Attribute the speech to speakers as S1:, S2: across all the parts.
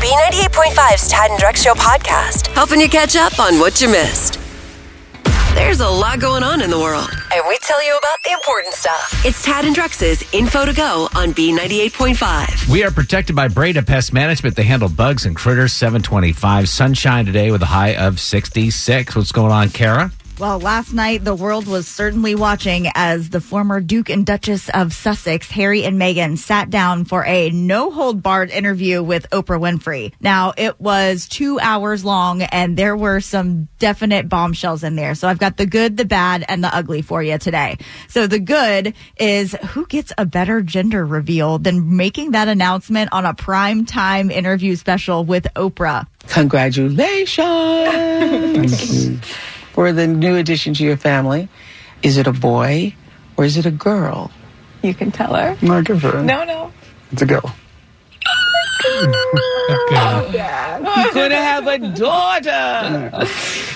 S1: B98.5's Tad and Drex Show podcast, helping you catch up on what you missed. There's a lot going on in the world, and we tell you about the important stuff. It's Tad and Drex's Info to Go on B98.5.
S2: We are protected by Breda Pest Management. They handle bugs and critters. 725 sunshine today with a high of 66. What's going on, Kara?
S3: Well, last night the world was certainly watching as the former Duke and Duchess of Sussex, Harry and Meghan, sat down for a no hold barred interview with Oprah Winfrey. Now, it was two hours long and there were some definite bombshells in there. So I've got the good, the bad, and the ugly for you today. So the good is who gets a better gender reveal than making that announcement on a prime time interview special with Oprah?
S4: Congratulations for the new addition to your family. Is it a boy or is it a girl?
S5: You can tell her.
S4: Not good for
S5: No, no.
S4: It's a girl. You could have a daughter.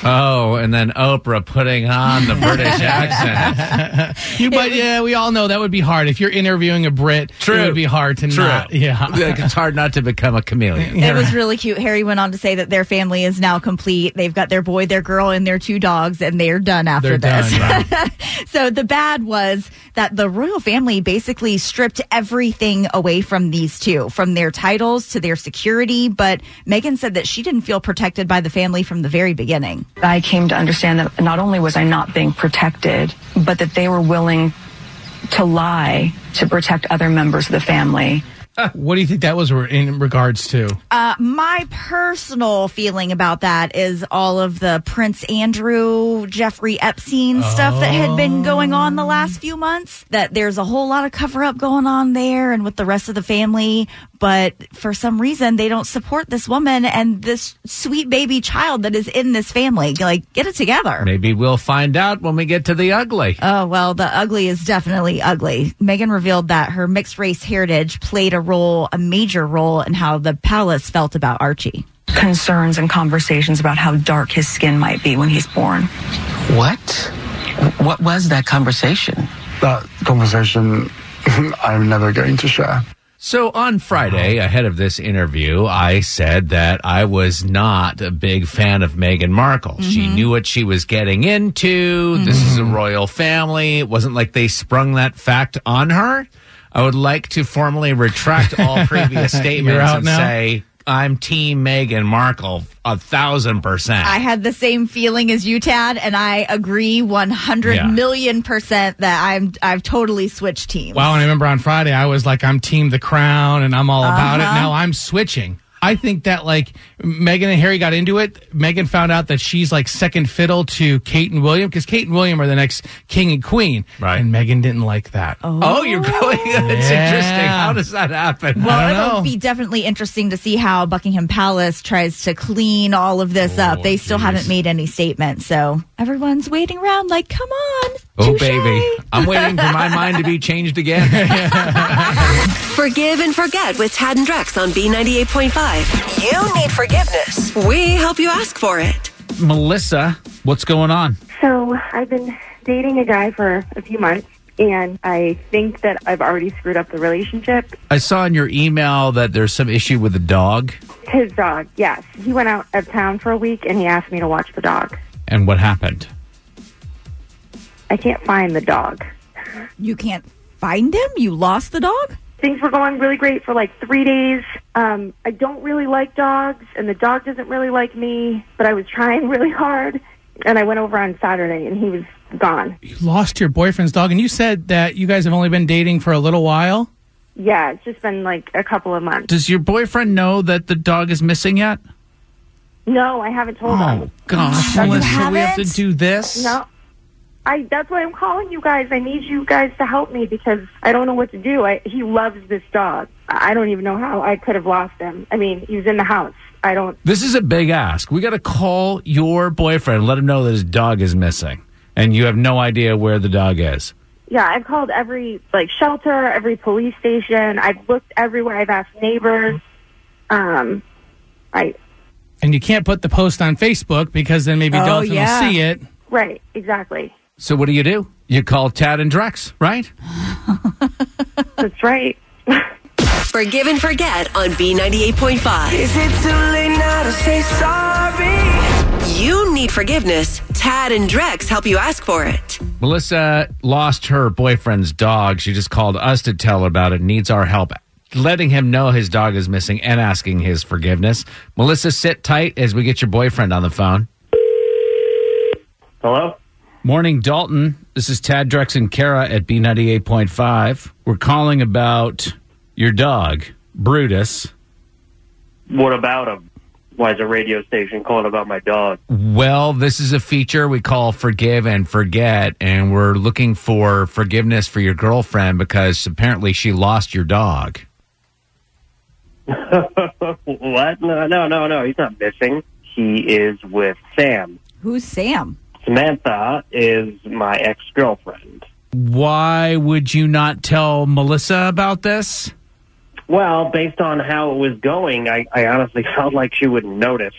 S2: Oh, and then Oprah putting on the British accent.
S6: You, but yeah, we all know that would be hard. If you're interviewing a Brit,
S2: True.
S6: it would be hard to
S2: True.
S6: not. Yeah.
S2: Like, it's hard not to become a chameleon.
S3: It was really cute. Harry went on to say that their family is now complete. They've got their boy, their girl, and their two dogs, and they're done after
S6: They're
S3: this.
S6: done.
S3: So the bad was that the royal family basically stripped everything away from these two, from their titles to their security. But Megan said that she didn't feel protected by the family from the very beginning.
S5: I came to understand that not only was I not being protected, but that they were willing to lie to protect other members of the family.
S6: what do you think that was re- in regards to?
S3: Uh, my personal feeling about that is all of the Prince Andrew, Jeffrey Epstein stuff that had been going on the last few months. That there's a whole lot of cover up going on there and with the rest of the family. But for some reason, they don't support this woman and this sweet baby child that is in this family. Like, get it together.
S2: Maybe we'll find out when we get to the ugly.
S3: Oh, well, the ugly is definitely ugly. Megan revealed that her mixed race heritage played a role, a major role, in how the palace felt about Archie.
S5: Concerns and conversations about how dark his skin might be when he's born.
S4: What? What was that conversation?
S7: that conversation I'm never going to share.
S2: So on Friday, ahead of this interview, I said that I was not a big fan of Meghan Markle. She knew what she was getting into. This is a royal family. It wasn't like they sprung that fact on her. I would like to formally retract all previous statements
S6: out
S2: and
S6: now?
S2: say I'm Team Meghan Markle a thousand percent.
S3: I had the same feeling as you, Tad, and I agree one hundred
S2: Yeah.
S3: million percent that I'm I've totally switched teams.
S6: Wow, and I remember on Friday I was like, I'm team the crown and I'm all about it.
S2: Uh-huh.
S6: Now I'm switching. I think that like Megan and Harry got into it. Megan found out that she's like second fiddle to Kate and William because Kate and William are the next king and queen.
S2: Right.
S6: And Megan didn't like that. Oh.
S2: oh, you're going. It's
S6: Yeah.
S2: interesting. How does that happen?
S3: Well,
S6: I don't
S3: it'll
S6: know.
S3: be definitely interesting to see how Buckingham Palace tries to clean all of this up. They still haven't made any statement, so everyone's waiting around like, come on.
S2: oh,
S3: touche.
S2: baby, I'm waiting for my mind to be changed again.
S1: Forgive and forget with Tad and Drex on B98.5. You need forgiveness. We help you ask for it.
S2: Melissa, what's going on?
S8: So I've been dating a guy for a few months, and I think that I've already screwed up the relationship.
S2: I saw in your email that there's some issue with the dog.
S8: His dog, yes. He went out of town for a week, and he asked me to watch the dog.
S2: And what happened?
S8: I can't find the dog.
S3: You can't find him? You lost the dog?
S8: Things were going really great for like three days. Um, I don't really like dogs, and the dog doesn't really like me, but I was trying really hard. And I went over on Saturday, and he was gone.
S6: You lost your boyfriend's dog and you said that you guys have only been dating for a little while.
S8: Yeah, it's just been like a couple of months.
S2: Does your boyfriend know that the dog is missing yet?
S8: No, I haven't
S3: Oh
S8: told him.
S2: Oh, gosh, Melissa, we have to
S3: haven't?
S2: do this.
S8: No. I that's why I'm calling you guys. I need you guys to help me because I don't know what to do. I, he loves this dog. I I don't even know how I could have lost him. I mean, he was in the house. I don't
S2: This is a big ask. We got to call your boyfriend, and let him know that his dog is missing, and you have no idea where the dog is.
S8: yeah, I've called every like shelter, every police station. I've looked everywhere. I've asked neighbors. Um I
S6: And you can't put the post on Facebook because then maybe Dalton
S3: Oh, yeah.
S6: will see it.
S8: right, exactly.
S2: So what do you do? You call Tad and Drex, right?
S8: That's right.
S1: Forgive and Forget on B98.5.
S9: Is it too late now to say sorry?
S1: You need forgiveness. Tad and Drex help you ask for it.
S2: Melissa lost her boyfriend's dog. She just called us to tell her about it. Needs our help letting him know his dog is missing and asking his forgiveness. Melissa, sit tight as we get your boyfriend on the phone.
S10: Hello?
S2: Morning, Dalton. This is Tad Drex and Kara at B98.5. We're calling about your dog, Brutus.
S10: What about him? Why is a radio station calling about my dog?
S2: Well, this is a feature we call forgive and forget, and we're looking for forgiveness for your girlfriend because apparently she lost your dog.
S10: what? No, no, no, no. He's not missing. He is with Sam.
S3: Who's Sam?
S10: Samantha is my ex girlfriend.
S6: Why would you not tell Melissa about this?
S10: Well, based on how it was going, I, I honestly felt like she wouldn't notice.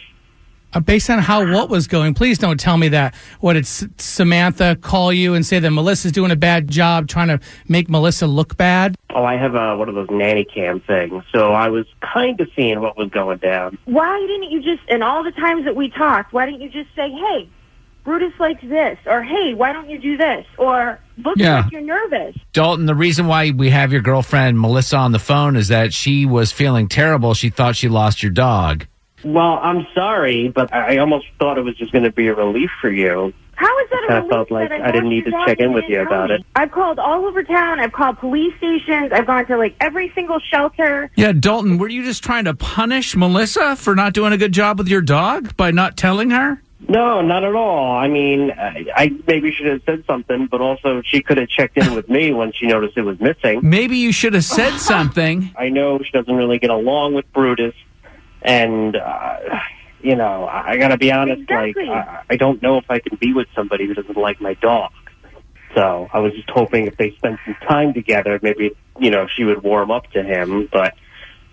S6: Uh, based on how what was going, please don't tell me that. What did S- Samantha call you and say that Melissa's doing a bad job trying to make Melissa look bad?
S10: Oh, I have uh, one of those nanny cam things, so I was kind of seeing what was going down.
S8: Why didn't you just, in all the times that we talked, why didn't you just say, hey, Brutus likes this, or hey, why don't you do this, or looks
S2: Yeah.
S8: like you're nervous.
S2: Dalton, the reason why we have your girlfriend Melissa on the phone is that she was feeling terrible. She thought she lost your dog.
S10: Well, I'm sorry, but I I almost thought it was just going to be a relief for you.
S8: How is that a
S10: I
S8: relief
S10: felt like
S8: that
S10: I didn't
S8: lost
S10: need
S8: your
S10: to
S8: dog
S10: check
S8: and
S10: in with
S8: didn't
S10: you
S8: tell
S10: about
S8: me?
S10: it.
S8: I've called all over town. I've called police stations. I've gone to like every single shelter.
S11: Yeah, Dalton, were you just trying to punish Melissa for not doing a good job with your dog by not telling her?
S10: No, not at all. I mean, I, I maybe should have said something, but also she could have checked in with me when she noticed it was missing.
S11: Maybe you should have said something.
S10: I know she doesn't really get along with Brutus, and uh, you know, I, I got to be honest.
S8: Exactly.
S10: Like, uh, I, I don't know if I can be with somebody who doesn't like my dog. So I was just hoping if they spent some time together, maybe you know she would warm up to him. But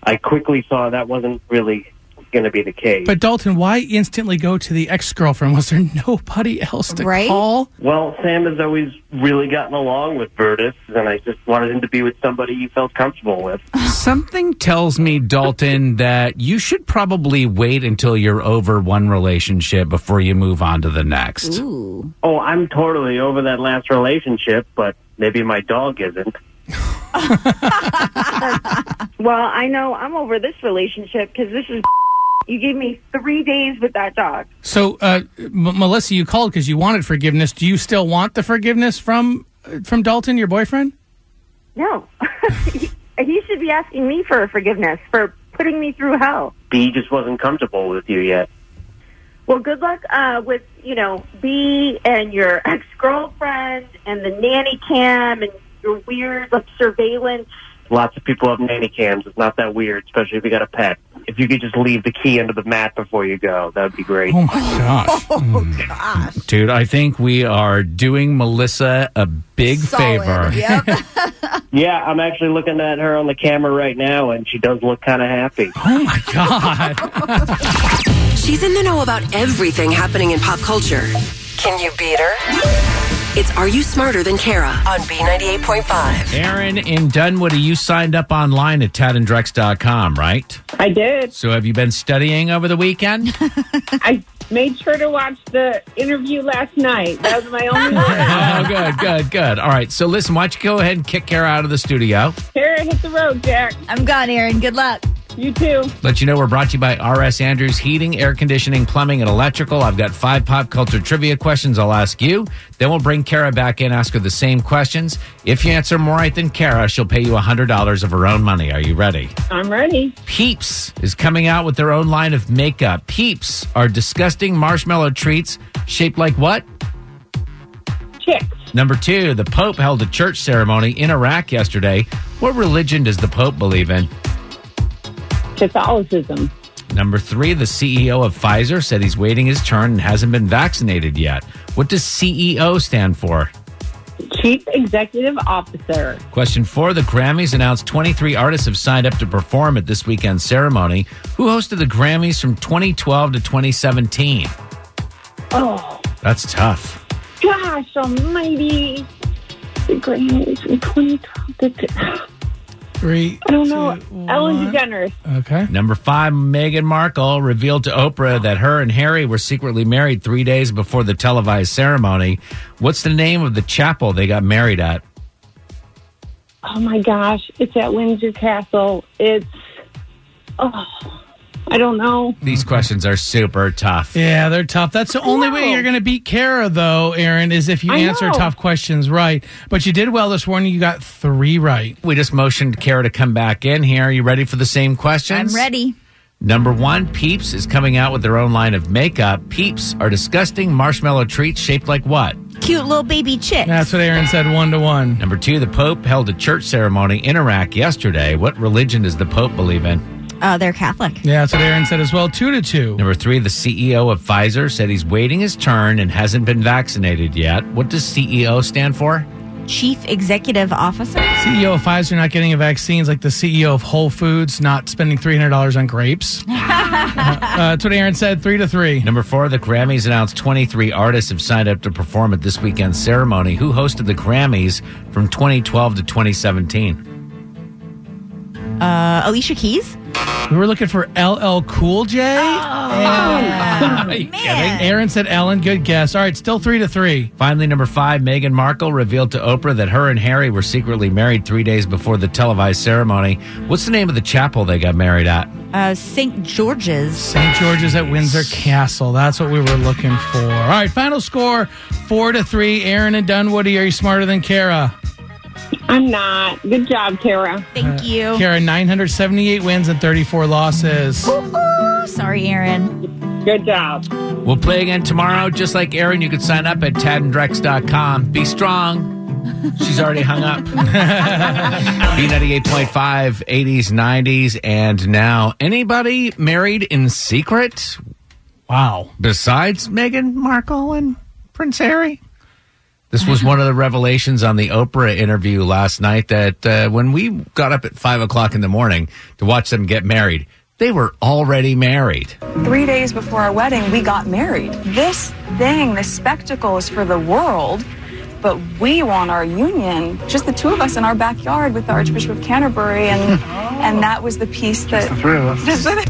S10: I quickly saw that wasn't really going to be the case.
S6: But Dalton, why instantly go to the ex girlfriend? Was there nobody else to
S3: Right?
S6: call?
S10: Well, Sam has always really gotten along with Brutus, and I just wanted him to be with somebody he felt comfortable with.
S2: Something tells me, Dalton, that you should probably wait until you're over one relationship before you move on to the next.
S3: Ooh.
S10: Oh, I'm totally over that last relationship, but maybe my dog isn't.
S8: Well, I know I'm over this relationship because this is. You gave me three days with that dog.
S6: So, uh, M- Melissa, you called because you wanted forgiveness. Do you still want the forgiveness from uh, from Dalton, your boyfriend?
S8: No, he, he should be asking me for forgiveness for putting me through hell.
S10: B just wasn't comfortable with you yet.
S8: Well, good luck uh, with you know B and your ex girlfriend and the nanny cam and your weird like surveillance.
S10: Lots of people have nanny cams. It's not that weird, especially if you got a pet. If you could just leave the key under the mat before you go, that would be great.
S6: Oh my gosh!
S2: Dude, I think we are doing Melissa a big favor.
S3: Yep.
S10: Yeah, I'm actually looking at her on the camera right now, and she does look kind of happy.
S6: Oh my god!
S1: She's in the know about everything happening in pop culture.
S9: Can you beat her?
S1: It's Are You Smarter Than Kara on B98.5.
S2: Aaron in Dunwoody, you signed up online at tadandrex.com, right?
S12: I did.
S2: So have you been studying over the weekend?
S12: I made sure to watch the interview last night. That was my only one.
S2: oh, good, good, good. All right. So listen, why don't you go ahead and kick Kara out of the studio?
S12: Kara, hit the road, Jack.
S3: I'm gone, Aaron. Good luck.
S12: You too.
S2: Let you know we're brought to you by RS Andrews Heating, Air Conditioning, Plumbing, and Electrical. I've got five pop culture trivia questions I'll ask you. Then we'll bring Kara back in, ask her the same questions. If you answer more right than Kara, she'll pay you $100 of her own money. Are you ready?
S12: I'm ready.
S2: Peeps is coming out with their own line of makeup. Peeps are disgusting marshmallow treats shaped like what?
S12: Chicks.
S2: Number two, the Pope held a church ceremony in Iraq yesterday. What religion does the Pope believe in?
S12: Catholicism.
S2: Number three, the CEO of Pfizer said he's waiting his turn and hasn't been vaccinated yet. What does CEO stand for?
S12: Chief Executive Officer.
S2: Question four, the Grammys announced 23 artists have signed up to perform at this weekend's ceremony. Who hosted the Grammys from 2012 to 2017?
S12: Oh,
S2: That's tough.
S12: gosh almighty. The Grammys in 2012.
S6: Three.
S12: I don't know. Ellen DeGeneres.
S6: Okay.
S2: Number five, Meghan Markle revealed to Oprah that her and Harry were secretly married three days before the televised ceremony. What's the name of the chapel they got married at?
S12: Oh my gosh, it's at Windsor Castle. It's oh, I don't know.
S2: These questions are super tough.
S6: Yeah, they're tough. That's the only way you're going to beat Kara, though, Aaron, is if you
S2: I
S6: answer
S2: know.
S6: tough questions right. But you did well this morning. You got three right.
S2: We just motioned Kara to come back in here. Are you ready for the same questions?
S3: I'm ready.
S2: Number one, Peeps is coming out with their own line of makeup. Peeps are disgusting marshmallow treats shaped like what?
S3: Cute little baby chick.
S6: That's what Aaron said, one to one.
S2: Number two, the Pope held a church ceremony in Iraq yesterday. What religion does the Pope believe in?
S3: Uh, they're Catholic.
S6: Yeah, that's what Aaron said as well. Two to two.
S2: Number three, the CEO of Pfizer said he's waiting his turn and hasn't been vaccinated yet. What does CEO stand for?
S3: Chief Executive Officer.
S6: CEO E of Pfizer not getting a vaccine is like the CEO of Whole Foods not spending $300 on grapes. uh, that's what Aaron said, three to three.
S2: Number four, the Grammys announced 23 artists have signed up to perform at this weekend's ceremony. Who hosted the Grammys from 2012 to 2017?
S3: Uh, Alicia Keys. Oh,
S6: We were looking for LL Cool J. And- Aaron said Ellen. Good guess. All right, still three to three.
S2: Finally, number five, Meghan Markle revealed to Oprah that her and Harry were secretly married three days before the televised ceremony. What's the name of the chapel they got married at?
S3: Uh, St. George's.
S6: St. George's at Windsor Castle. That's what we were looking for. All right, final score four to three. Aaron and Dunwoody, are you smarter than Kara?
S12: I'm not. Good job, Tara.
S3: Thank you.
S6: Uh, Kara, 978 wins and 34 losses.
S3: Ooh, sorry, Aaron.
S12: Good job.
S2: We'll play again tomorrow. Just like Aaron, you can sign up at tadandrex.com. Be strong. She's already hung up. B98.5, 80s, 90s, and now anybody married in secret?
S6: Wow.
S2: Besides Meghan Markle and Prince Harry? This was one of the revelations on the Oprah interview last night that uh, when we got up at 5 o'clock in the morning to watch them get married, they were already married.
S5: Three days before our wedding, we got married. This thing, this spectacle is for the world, but we want our union, just the two of us in our backyard with the Archbishop of Canterbury, and and that was the piece that. Just the three of us.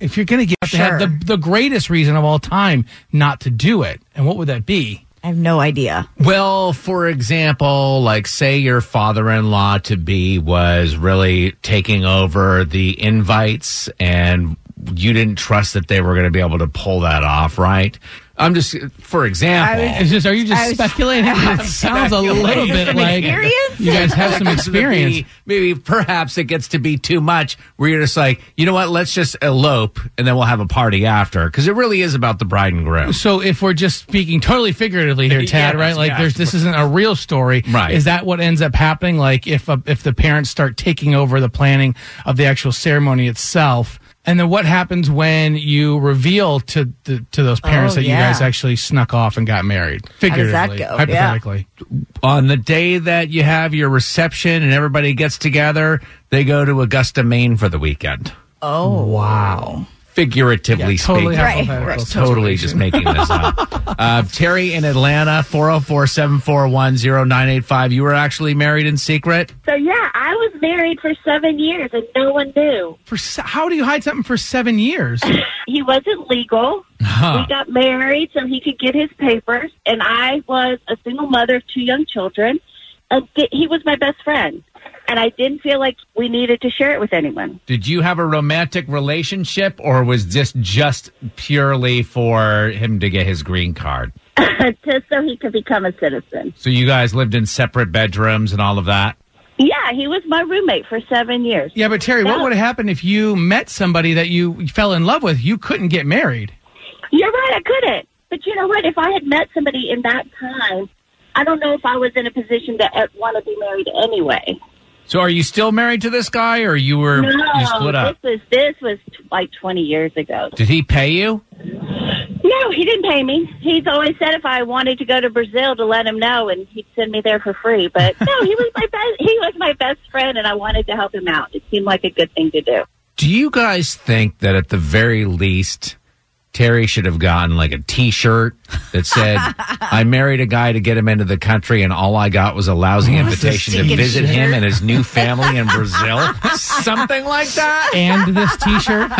S6: If you're going to get
S5: Sure.
S6: have the, the greatest reason of all time not to do it, and what would that be?
S3: I have no idea.
S2: Well, for example, like say your father in law to be was really taking over the invites and you didn't trust that they were going to be able to pull that off, right? I'm just, for example.
S6: It's just, are you just speculating? It sounds a little bit like you guys have some
S2: Because
S6: experience.
S2: Maybe, maybe perhaps it gets to be too much where you're just like, you know what, let's just elope and then we'll have a party after. Because it really is about the bride and groom.
S6: So if we're just speaking totally figuratively here,
S2: Yes,
S6: Tad, right? Like
S2: yes.
S6: there's this isn't a real story,
S2: Right.
S6: Is that what ends up happening? Like if uh, if the parents start taking over the planning of the actual ceremony itself, and then what happens when you reveal to the, to those
S2: Oh,
S6: parents that
S2: yeah.
S6: you guys actually snuck off and got married? Figuratively, hypothetically.
S2: On the day that you have your reception and everybody gets together, they go to Augusta, Maine for the weekend.
S3: Oh.
S6: Wow.
S2: Figuratively
S6: Yeah, totally
S2: speaking.
S6: hypothetical Right.
S2: Totally just making this up. uh, Terry in Atlanta, 404 741 0985. You were actually married in secret?
S13: So yeah, I was married for seven years and no one knew.
S6: For se- how do you hide something for seven years?
S13: He wasn't legal. We got married so he could get his papers, and I was a single mother of two young children. And th- he was my best friend, and I didn't feel like we needed to share it with anyone.
S2: Did you have a romantic relationship or was this just purely for him to get his green card?
S13: Just so he could become a citizen.
S2: So you guys lived in separate bedrooms and all of that?
S13: Yeah, he was my roommate for seven years.
S6: Yeah, but Terry, what would have happened if you met somebody that you fell in love with? You couldn't get married.
S13: You're right, I couldn't. But you know what? If I had met somebody in that time, I don't know if I was in a position to uh, want to be married anyway.
S2: So are you still married to this guy or you were you split
S13: no,
S2: up?
S13: this was this was t- like 20 years ago.
S2: Did he pay you?
S13: No, he didn't pay me. He's always said if I wanted to go to Brazil to let him know, and he'd send me there for free. But no, he was my best. He was my best friend, and I wanted to help him out. It seemed like a good thing to do.
S2: Do you guys think that at the very least Terry should have gotten like a T-shirt that said, "I married a guy to get him into the country, and all I got was a lousy
S6: What is this
S2: invitation to
S6: stinking
S2: visit
S6: shitter?"
S2: him and his new family in Brazil." Something like that.
S6: And this t shirt.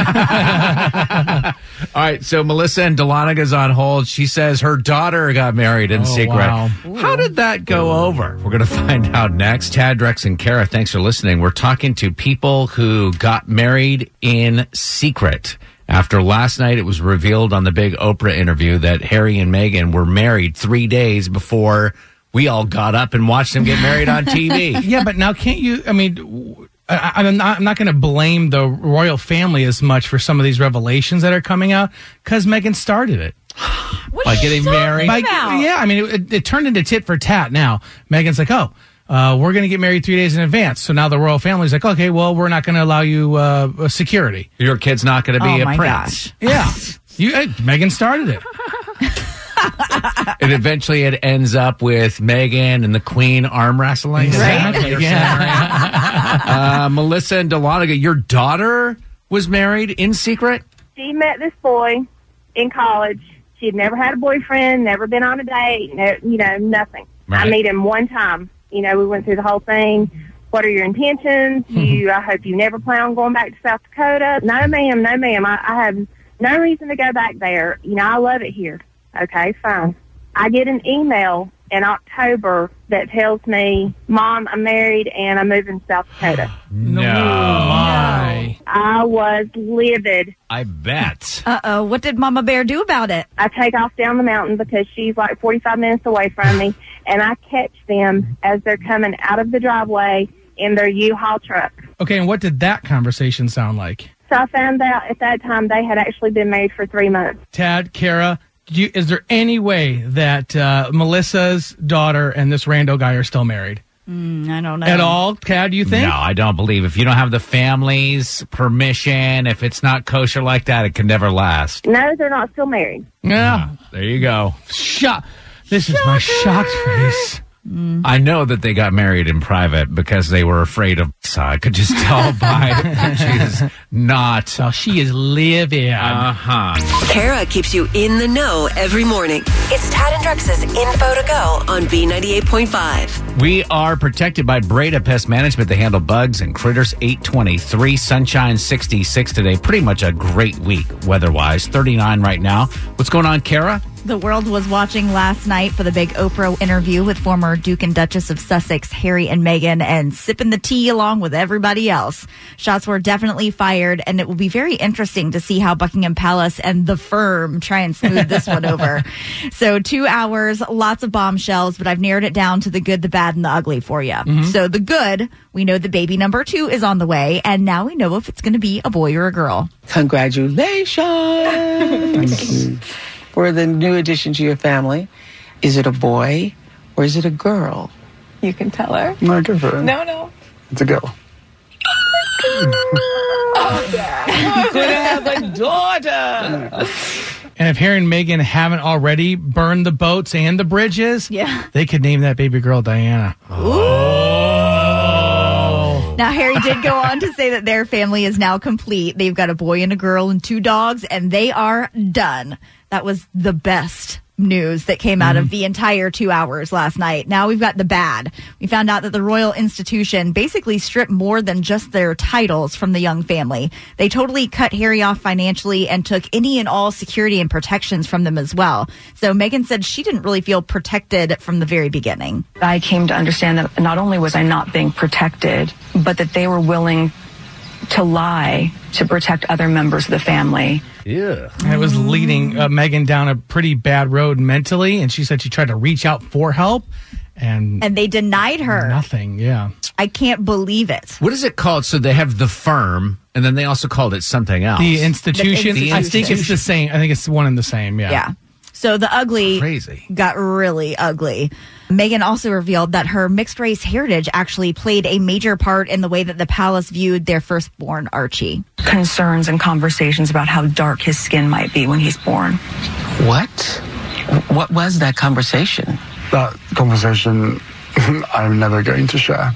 S2: All right, so Melissa and Delonica's on hold. She says her daughter got married in secret.
S6: wow.
S2: How did that go over? We're going to find out next. Tad, Rex, and Kara, thanks for listening. We're talking to people who got married in secret. After last night, it was revealed on the big Oprah interview that Harry and Meghan were married three days before we all got up and watched them get married on TV.
S6: yeah, but now can't you? I mean, w- I, am not. I'm not going to blame the royal family as much for some of these revelations that are coming out because Megan started it.
S2: By getting married?
S6: Like, yeah, I mean, it, it, it turned into tit for tat. Now Megan's like, oh. Uh, we're going to get married three days in advance. So now the royal family's like, okay, well, we're not going to allow you uh, uh, security.
S2: Your kid's not going to be a prince.
S6: Oh Yeah. you, uh, Megan started it.
S2: And eventually it ends up with Megan and the Queen arm wrestling.
S6: Exactly.
S2: uh, Melissa and Delonica, your daughter was married in secret?
S14: she met this boy in college. She had never had a boyfriend, never been on a date, no, you know, nothing.
S2: Right.
S14: I met him one time. You know, we went through the whole thing. What are your intentions? You, I hope you never plan on going back to South Dakota. No, ma'am, no, ma'am. I, I have no reason to go back there. You know, I love it here. Okay, fine. I get an email in October that tells me, Mom, I'm married and I'm moving to South Dakota.
S2: No.
S14: I was livid.
S2: I bet.
S14: Uh oh, what did Mama Bear do about it? I take off down the mountain because she's like 45 minutes away from me, and I catch them as they're coming out of the driveway in their U-Haul truck.
S6: Okay, and what did that conversation sound like?
S14: So I found out at that time they had actually been married for three months.
S6: Tad, Kara, do you, is there any way that uh, Melissa's daughter and this rando guy are still married
S3: Mm, I don't know.
S6: at all? Tad, do you think?
S2: No, I don't believe. If you don't have the family's permission, if it's not kosher like that, it can never last.
S14: No, they're not still married.
S6: Yeah.
S2: There you go.
S6: Shut. This is my shocked face.
S2: I know that they got married in private because they were afraid of. So I could just tell by she's not. Uh-huh.
S6: Oh, she is living. Uh
S2: huh.
S1: Kara keeps you in the know every morning. It's Tad and Drex's info to go on B98.5.
S2: We are protected by Breda Pest Management. They handle bugs and critters 823, sunshine 66 today. Pretty much a great week weather wise. 39 right now. What's going on, Kara?
S3: The world was watching last night for the big Oprah interview with former Duke and Duchess of Sussex, Harry and Meghan, and sipping the tea along with everybody else. Shots were definitely fired, and it will be very interesting to see how Buckingham Palace and the firm try and smooth this one over. So, two hours, lots of bombshells, but I've narrowed it down to the good, the bad, and the ugly for you. So, the good, we know the baby number two is on the way, and now we know if it's going to be a boy or a girl.
S4: Congratulations for the new addition to your family. Is it a boy or is it a girl?
S5: You can tell her.
S4: No, good for her.
S5: No, no.
S4: It's a girl.
S5: Could have a daughter.
S6: And if Harry and Megan haven't already burned the boats and the bridges,
S3: Yeah.
S6: they could name that baby girl Diana.
S3: Now, Harry did go on to say that their family is now complete. They've got a boy and a girl and two dogs, and they are done. That was the best news that came out of the entire two hours last night. Now we've got the bad. We found out that the royal institution basically stripped more than just their titles from the young family. They totally cut Harry off financially and took any and all security and protections from them as well. So Megan said she didn't really feel protected from the very beginning.
S5: I came to understand that not only was I not being protected, but that they were willing to lie to protect other members of the family.
S2: Yeah.
S6: And it was leading uh, Megan down a pretty bad road mentally. And she said she tried to reach out for help and
S3: And they denied her.
S6: nothing. Yeah.
S3: I can't believe it.
S2: What is it called? So they have the firm, and then they also called it something else.
S6: The institution,
S2: The
S6: I think it's the same. I think it's one and the same. Yeah.
S3: Yeah. So the ugly
S2: Crazy.
S3: got really ugly. Megan also revealed that her mixed race heritage actually played a major part in the way that the palace viewed their firstborn Archie.
S5: Concerns and conversations about how dark his skin might be when he's born.
S4: What? What was that conversation?
S7: That conversation, I'm never going to share.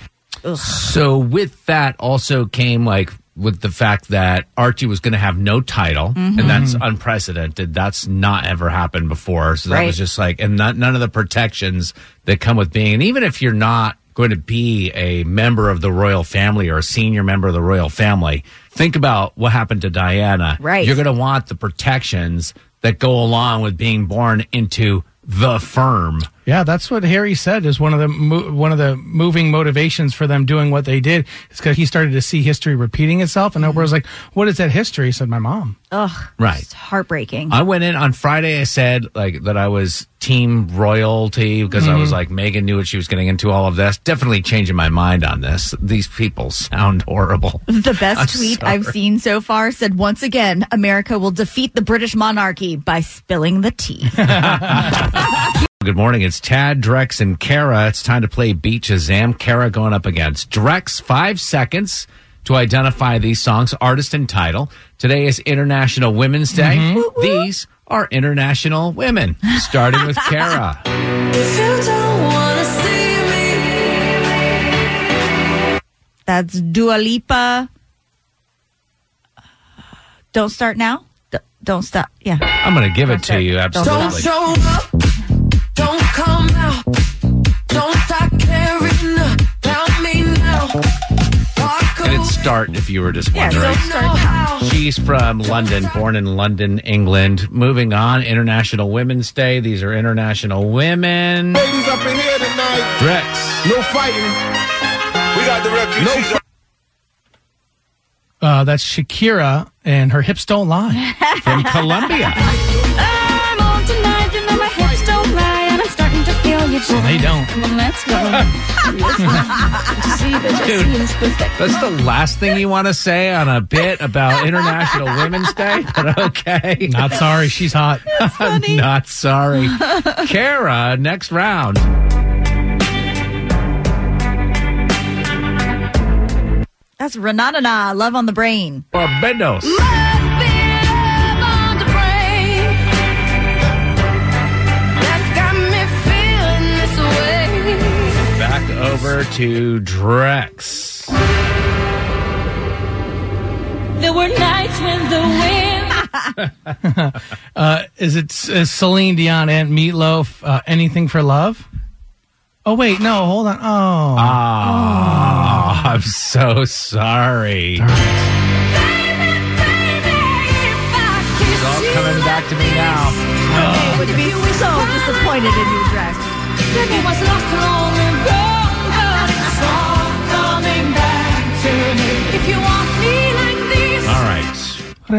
S2: So with that also came like with the fact that Archie was going to have no title,
S15: Mhm.
S2: and that's unprecedented. That's not ever happened before. So that
S15: Right.
S2: was just like, and not, none of the protections that come with being, and even if you're not going to be a member of the royal family or a senior member of the royal family, think about what happened to Diana.
S3: Right.
S2: You're going to want the protections that go along with being born into the firm.
S6: Yeah, that's what Harry said is one of the mo- one of the moving motivations for them doing what they did is because he started to see history repeating itself, and Oprah was like, "What is that history?" said my mom.
S3: Ugh,
S2: Right.
S3: heartbreaking.
S2: I went in on Friday. I said like that I was team royalty because I was
S3: Mhm.
S2: like Megan knew what she was getting into. All of this definitely changing my mind on this. These people sound horrible.
S3: the best
S2: I'm
S3: tweet
S2: sorry.
S3: I've seen so far said, once again, America will defeat the British monarchy by spilling the tea.
S2: Good morning. It's Tad, Drex, and Kara. It's time to play Beach Azam. Kara going up against Drex. Five seconds to identify these songs, artist and title. Today is International Women's Day.
S3: Mm-hmm.
S2: These are international women, starting with Kara.
S3: That's Dua Lipa. Don't start now. D- don't stop. Yeah.
S2: I'm going to give it to you.
S3: Don't
S2: Absolutely.
S9: show up. Don't come out. Don't start caring about me now.
S2: And it's start if you were just
S9: Yeah,
S2: wondering.
S9: don't start now.
S2: She's from London, born in London, England. Moving on, International Women's Day. These are international women.
S16: Ladies up in here tonight.
S2: Drex.
S16: No fighting. We got the refugees.
S6: Uh, that's Shakira, and her hips don't lie
S2: from Colombia.
S9: I'm on tonight, you know my hips don't lie, and I'm starting to feel you.
S6: Well, they don't.
S9: Come on, let's go.
S2: Dude, that's the last thing you want to say on a bit about International Women's Day, but okay.
S6: Not sorry, she's hot.
S2: Not sorry. Kara, next round.
S3: That's Renanana, Love on the Brain.
S2: Barbados. Back over to Drex.
S9: There were nights when the wind.
S6: uh, is it is Celine Dion and Meatloaf? Uh, Anything for love? Oh wait, no, hold on. Oh,
S2: Ah, I'm so sorry. It's all coming back to me now.
S3: I would be so disappointed in you, Drex.
S2: All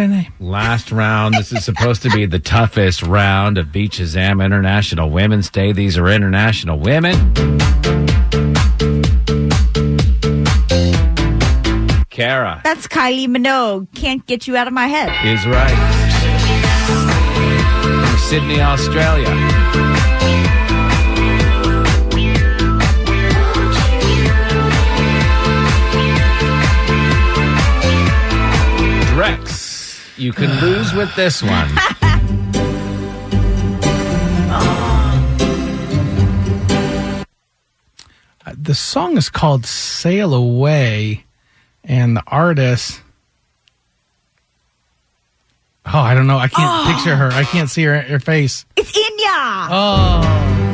S2: right. Last round. This is supposed to be the toughest round of Beach Azam International Women's Day. These are international women. Kara
S3: That's Kylie Minogue. Can't get you out of my head.
S2: is right. From Sydney, Australia. Drex, you can lose with this one.
S6: Uh, the song is called "Sail Away," and the artist. Oh, I don't know. I can't picture her. I can't see her her face.
S3: It's Inya.
S2: Oh.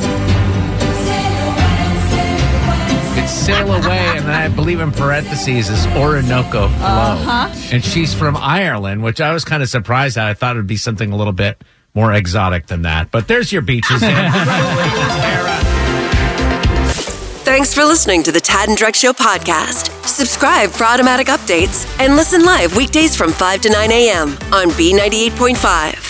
S2: It's Sail Away, and I believe in parentheses is Orinoco Flow.
S9: Uh-huh.
S2: And she's from Ireland, which I was kind of surprised at. I thought it would be something a little bit more exotic than that. But there's your beaches.
S1: Thanks for listening to the Tad and Drex Show podcast. Subscribe for automatic updates and listen live weekdays from 5 to 9 a.m. on B98.5.